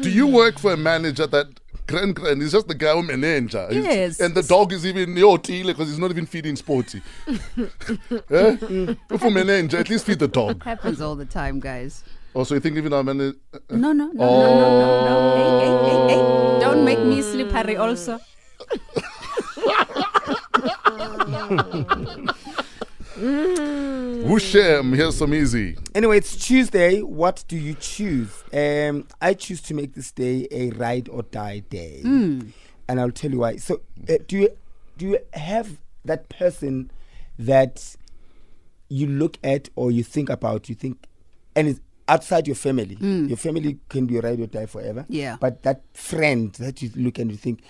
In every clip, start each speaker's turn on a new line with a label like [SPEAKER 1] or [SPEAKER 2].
[SPEAKER 1] Do you work for a manager that Gran Gran is just the guy manager? He's-
[SPEAKER 2] Yes.
[SPEAKER 1] And the dog is even your tile because he's not even feeding Sporty. Eh? If a manager, at least feed the dog.
[SPEAKER 3] Happens all the time, guys.
[SPEAKER 1] Oh, so you think even our manager.
[SPEAKER 3] No, no, no, no, no, no, no. Hey, hey, hey, hey. Don't make me sleep, Harry, also.
[SPEAKER 1] Wushem, here's some easy.
[SPEAKER 4] Anyway, it's Tuesday. What do you choose? Um, I choose to make this day a ride or die day, and I'll tell you why. So, uh, do you do you have that person that you look at or you think about? You think, and it's outside your family. Your family can be a ride or die forever.
[SPEAKER 3] Yeah.
[SPEAKER 4] But that friend that you look and you think,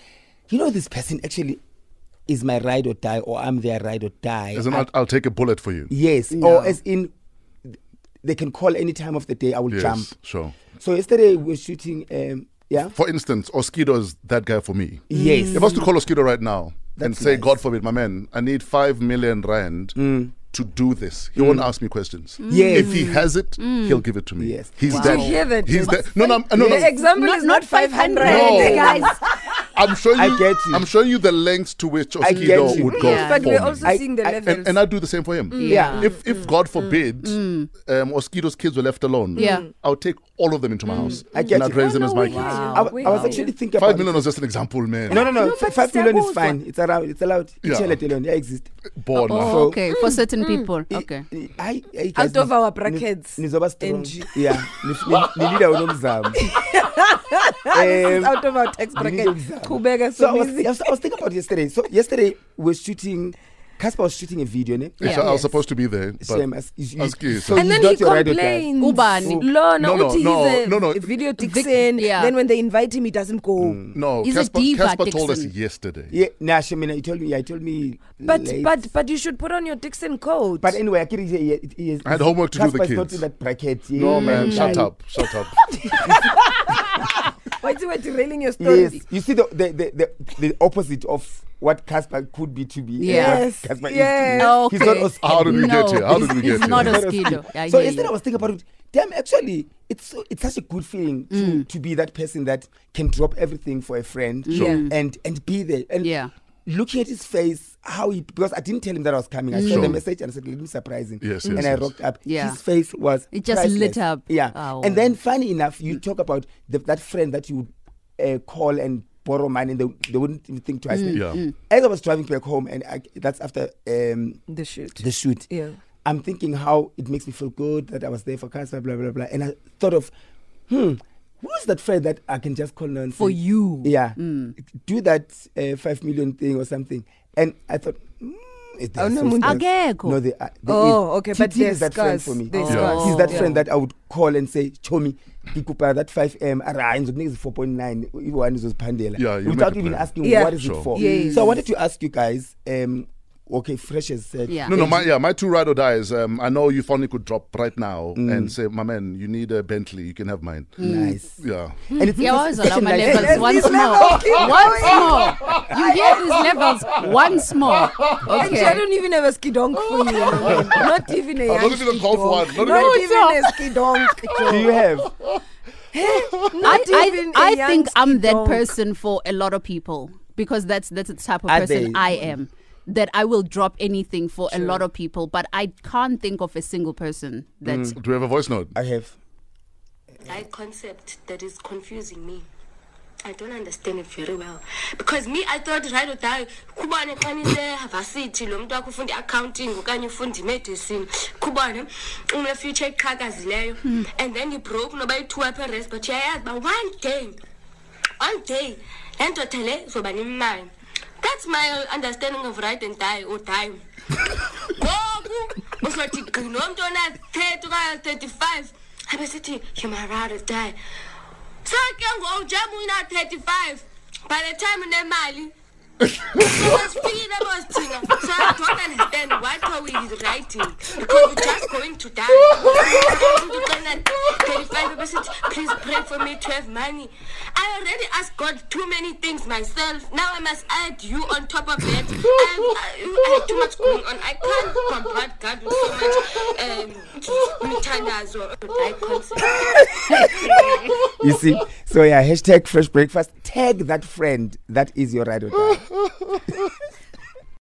[SPEAKER 4] you know, this person actually is my ride or die, or I'm their ride or die.
[SPEAKER 1] As in,
[SPEAKER 4] I-
[SPEAKER 1] I'll, I'll take a bullet for you.
[SPEAKER 4] Yes, or as in, they can call any time of the day. I will
[SPEAKER 1] Yes,
[SPEAKER 4] jump.
[SPEAKER 1] sure.
[SPEAKER 4] So yesterday we were shooting. Um, yeah.
[SPEAKER 1] For instance, Oskido is that guy for me.
[SPEAKER 4] Yes.
[SPEAKER 1] If I was to call Oskido right now and
[SPEAKER 4] That's
[SPEAKER 1] say,
[SPEAKER 4] nice. Mm.
[SPEAKER 1] God forbid, my man, I need five million rand to do this, he won't ask me questions.
[SPEAKER 4] Yes. Mm.
[SPEAKER 1] If he has it, he's he'll give it to me.
[SPEAKER 4] Yes.
[SPEAKER 1] He's
[SPEAKER 2] Did
[SPEAKER 1] that.
[SPEAKER 2] you hear that?
[SPEAKER 1] He's that. No, no, I'm- no,
[SPEAKER 2] The
[SPEAKER 1] no.
[SPEAKER 2] example
[SPEAKER 3] Not-
[SPEAKER 2] is
[SPEAKER 3] not
[SPEAKER 2] not 500,
[SPEAKER 1] No.
[SPEAKER 2] guys.
[SPEAKER 1] I'm sure you.
[SPEAKER 4] I get you.
[SPEAKER 1] I'm showing you the lengths to which
[SPEAKER 4] I get
[SPEAKER 1] Oskido
[SPEAKER 4] you.
[SPEAKER 1] would go.
[SPEAKER 3] Yeah.
[SPEAKER 2] But
[SPEAKER 1] for
[SPEAKER 2] we're
[SPEAKER 1] me.
[SPEAKER 2] also
[SPEAKER 4] I-
[SPEAKER 2] seeing the
[SPEAKER 4] I-
[SPEAKER 2] levels.
[SPEAKER 1] and, and I do the same for him.
[SPEAKER 4] Mm. Yeah. Mm.
[SPEAKER 1] If, if God forbid, um, Oskido's kids were left alone,
[SPEAKER 3] Yeah.
[SPEAKER 1] I'll take all of them into my house
[SPEAKER 4] Mm. I get
[SPEAKER 1] and I'd
[SPEAKER 4] you.
[SPEAKER 1] raise them
[SPEAKER 2] No,
[SPEAKER 1] as
[SPEAKER 2] no,
[SPEAKER 1] my
[SPEAKER 2] we
[SPEAKER 1] kids.
[SPEAKER 2] hear you.
[SPEAKER 4] I, w-
[SPEAKER 2] We
[SPEAKER 4] I was
[SPEAKER 2] hear you.
[SPEAKER 4] actually thinking
[SPEAKER 1] Five
[SPEAKER 4] about.
[SPEAKER 1] million was just an example, man.
[SPEAKER 4] No, no, no.
[SPEAKER 2] No,
[SPEAKER 4] fi-
[SPEAKER 2] but
[SPEAKER 4] Five million is
[SPEAKER 2] Siyabuzwa.
[SPEAKER 4] fine. It's allowed. It's allowed.
[SPEAKER 1] Yeah.
[SPEAKER 4] It's allowed alone. Yeah, exist.
[SPEAKER 1] Born.
[SPEAKER 4] Oh.
[SPEAKER 1] uh,
[SPEAKER 4] So- Mm.
[SPEAKER 3] okay, for certain people.
[SPEAKER 4] I-
[SPEAKER 3] Okay.
[SPEAKER 4] I, I, I
[SPEAKER 2] Out
[SPEAKER 4] guys,
[SPEAKER 2] of
[SPEAKER 4] ni-
[SPEAKER 2] our
[SPEAKER 4] ni-
[SPEAKER 2] brackets.
[SPEAKER 4] Nizoba strong.
[SPEAKER 2] NG.
[SPEAKER 4] Yeah. Ni- ni- Nilida unomzamo.
[SPEAKER 2] this
[SPEAKER 4] Um,
[SPEAKER 2] is out of our text bracket.
[SPEAKER 4] ngizokuzama.
[SPEAKER 2] Qhubeka
[SPEAKER 4] So I was, I
[SPEAKER 2] Sobisi.
[SPEAKER 4] was- I was thinking about yesterday. So yesterday we were shooting. Casper was shooting a video, ne?
[SPEAKER 1] which
[SPEAKER 3] Yeah.
[SPEAKER 1] I was
[SPEAKER 2] Yes.
[SPEAKER 1] supposed to be there. But
[SPEAKER 4] Shame, as- you- you-
[SPEAKER 1] Askies.
[SPEAKER 4] so
[SPEAKER 2] and
[SPEAKER 4] you
[SPEAKER 2] then he
[SPEAKER 4] got your ride or die.
[SPEAKER 2] complains.
[SPEAKER 3] Ubani.
[SPEAKER 2] Lona
[SPEAKER 1] No, no,
[SPEAKER 2] uthi
[SPEAKER 1] no,
[SPEAKER 2] he's a
[SPEAKER 1] no, no. Mm.
[SPEAKER 2] video
[SPEAKER 3] Vic-
[SPEAKER 2] Dixon.
[SPEAKER 3] yeah.
[SPEAKER 2] Then when they invite him, he doesn't go.
[SPEAKER 1] No,
[SPEAKER 3] He's a
[SPEAKER 1] Casper,
[SPEAKER 3] diva,
[SPEAKER 1] Casper told us
[SPEAKER 3] Dixon.
[SPEAKER 1] yesterday.
[SPEAKER 4] Yeah, nah, Shemina, you told me. Yeah, you told me.
[SPEAKER 2] But
[SPEAKER 4] late.
[SPEAKER 2] but but you should put on your Dixon coat.
[SPEAKER 4] But anyway, I can't say he- he- he is-
[SPEAKER 1] I had homework to do with the kids.
[SPEAKER 4] Casper's not in that bracket.
[SPEAKER 1] No,
[SPEAKER 4] He-
[SPEAKER 1] man,
[SPEAKER 4] he-
[SPEAKER 1] shut up, shut up.
[SPEAKER 2] why is he derailing your story?
[SPEAKER 4] Yes, you see the the, the, the the opposite of what Casper could be to be. and
[SPEAKER 3] Yes.
[SPEAKER 4] what Casper is to be.
[SPEAKER 2] Yes.
[SPEAKER 3] Okay.
[SPEAKER 4] He's not Oskido.
[SPEAKER 1] How did we
[SPEAKER 3] no,
[SPEAKER 1] get here? How did we
[SPEAKER 3] it's-
[SPEAKER 1] get
[SPEAKER 3] it's
[SPEAKER 1] here?
[SPEAKER 3] not
[SPEAKER 4] He's
[SPEAKER 3] a
[SPEAKER 4] not
[SPEAKER 3] skido.
[SPEAKER 4] Oskido.
[SPEAKER 3] I
[SPEAKER 4] So
[SPEAKER 3] hear
[SPEAKER 4] instead, I
[SPEAKER 3] you.
[SPEAKER 4] was thinking about it. Damn, actually, it's so, it's such a good feeling to,
[SPEAKER 3] Mm.
[SPEAKER 4] to be that person that can drop everything for a friend
[SPEAKER 2] Sure. Yeah.
[SPEAKER 4] and and be there. And
[SPEAKER 3] Yeah.
[SPEAKER 4] looking at his face, how he because I didn't tell him that I was coming. I
[SPEAKER 1] Sure.
[SPEAKER 4] sent the message and I said, "Let me surprise him."
[SPEAKER 1] Yes, yes,
[SPEAKER 4] and I
[SPEAKER 1] yes.
[SPEAKER 4] rocked up.
[SPEAKER 3] Yeah.
[SPEAKER 4] His face was
[SPEAKER 3] It just lit
[SPEAKER 4] priceless.
[SPEAKER 3] up.
[SPEAKER 4] Yeah,
[SPEAKER 3] Oh.
[SPEAKER 4] and then funny enough, you talk about the, that friend that you uh, call and borrow money, and they, they wouldn't even think twice.
[SPEAKER 1] Yeah. Mm.
[SPEAKER 4] As I was driving back home, and I, that's after um,
[SPEAKER 2] the shoot.
[SPEAKER 4] the shoot.
[SPEAKER 2] Yeah.
[SPEAKER 4] I'm thinking how it makes me feel good that I was there for cancer, blah blah blah. And I thought of, hmm, who's that friend that I can just call now and
[SPEAKER 3] For
[SPEAKER 4] say,
[SPEAKER 3] you.
[SPEAKER 4] yeah,
[SPEAKER 2] Hmm.
[SPEAKER 4] do that uh, five million thing or something. And I thought, hmm, is there
[SPEAKER 2] Oh, no,
[SPEAKER 4] such
[SPEAKER 2] Mundo.
[SPEAKER 4] friend?
[SPEAKER 3] Ageko.
[SPEAKER 4] No, they are. There
[SPEAKER 2] Oh,
[SPEAKER 4] is.
[SPEAKER 2] okay, but
[SPEAKER 4] TT
[SPEAKER 2] there's
[SPEAKER 4] is that friend
[SPEAKER 2] scars.
[SPEAKER 4] for me.
[SPEAKER 2] There's
[SPEAKER 1] Yeah. scars.
[SPEAKER 4] He's that
[SPEAKER 2] Yeah.
[SPEAKER 4] friend that I would call and say, show me. Kikupa, that ah, 5M, ara, I think it's 4.9, even one is Pandela.
[SPEAKER 1] Yeah, you make
[SPEAKER 4] Without
[SPEAKER 1] a
[SPEAKER 4] even
[SPEAKER 1] plan.
[SPEAKER 4] asking,
[SPEAKER 2] Yeah.
[SPEAKER 4] what is
[SPEAKER 1] Sure.
[SPEAKER 4] it for?
[SPEAKER 2] Yes.
[SPEAKER 4] So I wanted to ask you guys, um, okay, Fresh has said,
[SPEAKER 3] Yeah.
[SPEAKER 1] No, no, my yeah, my two ride or dies. Um, I know you finally could drop right now and say, my man, you need a Bentley. You can have mine.
[SPEAKER 2] Mm.
[SPEAKER 4] nice.
[SPEAKER 1] Yeah.
[SPEAKER 4] And it's
[SPEAKER 3] Yeah, always allow
[SPEAKER 4] such a
[SPEAKER 3] my
[SPEAKER 4] nice-
[SPEAKER 3] levels once more. Once more. You hear these levels once more.
[SPEAKER 2] Actually, I
[SPEAKER 3] Okay.
[SPEAKER 2] don't even have a skidonk for you. you know, man. Not even a
[SPEAKER 1] not
[SPEAKER 2] young
[SPEAKER 1] even a golf
[SPEAKER 2] skidonk.
[SPEAKER 1] one, not even
[SPEAKER 2] Not
[SPEAKER 1] a-
[SPEAKER 2] even a skidonk.
[SPEAKER 4] Do you have?
[SPEAKER 3] I, I,
[SPEAKER 2] even a
[SPEAKER 3] I
[SPEAKER 2] young
[SPEAKER 3] think I'm that
[SPEAKER 2] skidonk.
[SPEAKER 3] person for a lot of people because that's that's the type of
[SPEAKER 4] Are
[SPEAKER 3] person
[SPEAKER 4] they?
[SPEAKER 3] I am. That I will drop anything for a lot of people, but I can't think of a single person that.
[SPEAKER 1] Do we have a voice note?
[SPEAKER 4] I have.
[SPEAKER 5] a concept that is confusing me. I don't understand it very well because me I thought right or die kubane xa nisevarsity lo mntu wakho ufunda i-accounting okanye ufunda imedicine kubane une-future eqhakazileyo and then ibroke noba ithiwa apha res but uyayazi uba one day one day le ndoda le zoba nimali that's my understanding of right and die or die ngoku uzothi gqi nomntu ona-thirty okanye thirty-five abe sithi you my right or die so ke ngoku njengoba una-thirty-five by the time unemali was speaking about Tina, so I don't understand what are we writing because we're just going to die. And you cannot verify the message. Please pray for me to have money. I already asked God too many things myself. Now I must add you on top of it. I, I, I have too much going on. I can't confront God with so much um, mitandazo. I can't.
[SPEAKER 4] You see? So yeah, hashtag fresh breakfast. Tag that friend. That is your ride or die.